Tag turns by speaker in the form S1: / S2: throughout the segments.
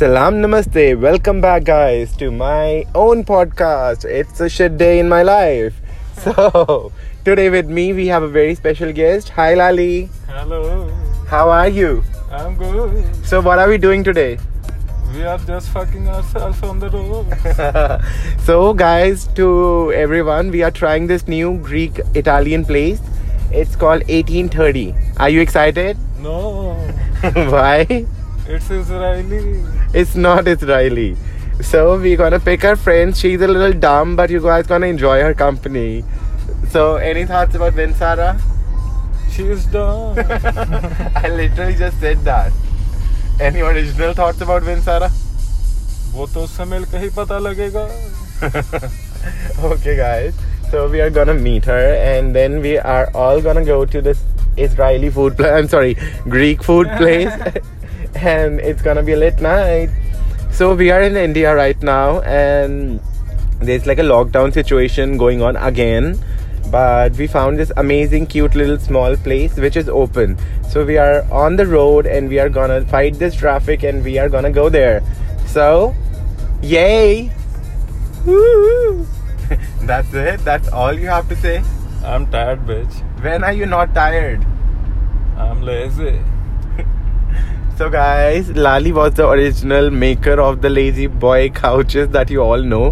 S1: Salam namaste. Welcome back, guys, to my own podcast. It's a shit day in my life. So, today with me, we have a very special guest. Hi, Lali.
S2: Hello,
S1: How are you?
S2: I'm good.
S1: So, what are we doing today?
S2: We are just fucking ourselves on the road.
S1: so, guys, to everyone, we are trying this new Greek Italian place. It's called 1830. Are you excited?
S2: no,
S1: Why?
S2: it's Israeli.
S1: It's not Israeli. So we're gonna pick her friends. She's a little dumb, but you guys gonna enjoy her company. So any thoughts about Vinsara?
S2: She is dumb.
S1: I literally just said that. Any original thoughts about Vinsara?
S2: वो तो उससे मिल के ही पता लगेगा
S1: okay guys. So we are gonna meet her and then we are all gonna go to this Israeli food place. I'm sorry, Greek food place. and it's gonna be a late night. So we are in India right now and there's like a lockdown situation going on again but we found this amazing cute little small place which is open so we are on the road and we are gonna fight this traffic and we are gonna go there so yay Woo! that's it that's all you have to say
S2: I'm tired, bitch.
S1: when are you not tired
S2: I'm lazy.
S1: so guys lali was the original maker of the lazy boy couches that you all know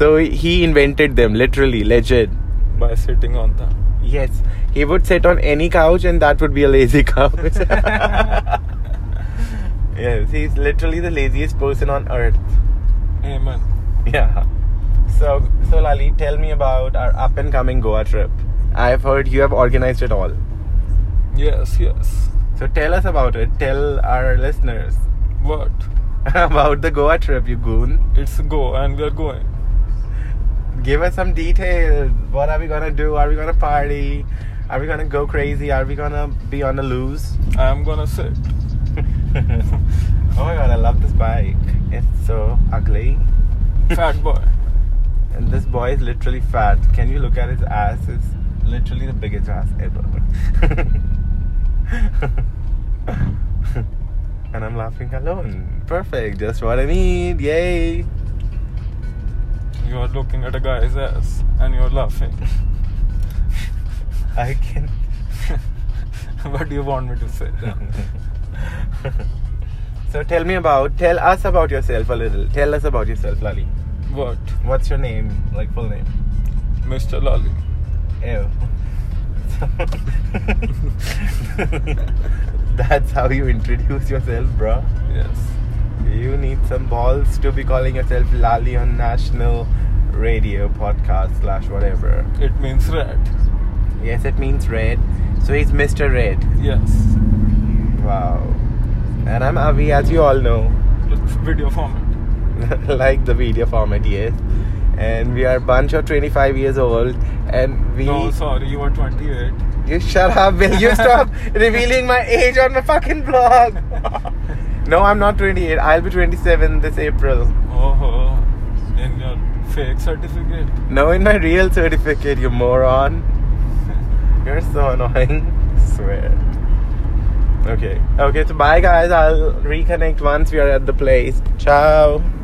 S1: so he invented them literally legit
S2: By sitting on them.
S1: Yes, he would sit on any couch, and that would be a lazy couch. yes, he's literally the laziest person on earth.
S2: Amen.
S1: Yeah. So, so Lali, tell me about our up and coming Goa trip. I've heard you have organized it all.
S2: Yes, yes.
S1: So tell us about it. Tell our listeners
S2: What?
S1: about the Goa trip, you goon.
S2: It's go and we are going.
S1: Give us some details. What are we gonna do? Are we gonna party? Are we gonna go crazy? Are we gonna be on the loose?
S2: I'm gonna sit.
S1: oh my god, I love this bike. It's so ugly.
S2: Fat boy.
S1: And this boy is literally fat. Can you look at his ass? It's literally the biggest ass ever. and I'm laughing alone. Perfect. Just what I need. Yay.
S2: You are looking at a guy's ass and you're laughing.
S1: I can.
S2: what do you want me to say? then?
S1: so tell me about. Tell us about yourself a little. Tell us about yourself, Lali.
S2: what?
S1: What's your name? Like full name?
S2: Mr. Lali.
S1: Ew. That's how you introduce yourself, bruh.
S2: Yes.
S1: You need some balls to be calling yourself Lali on national radio podcast slash whatever.
S2: It means red.
S1: Yes, it means red. So he's Mr. Red.
S2: Yes.
S1: Wow. And I'm Avi, as you all know,
S2: It's video format.
S1: like the video format, yes. And we are a bunch of 25 years old, and we.
S2: No, sorry, you are 28.
S1: You shut up, Will. You stop revealing my age on my fucking blog. no, I'm not 28. I'll be 27 this April.
S2: Oh, ho. in your fake certificate.
S1: No, in my real certificate, you moron. You're so annoying. Swear. Okay. Okay, so bye, guys. I'll reconnect once we are at the place. Ciao.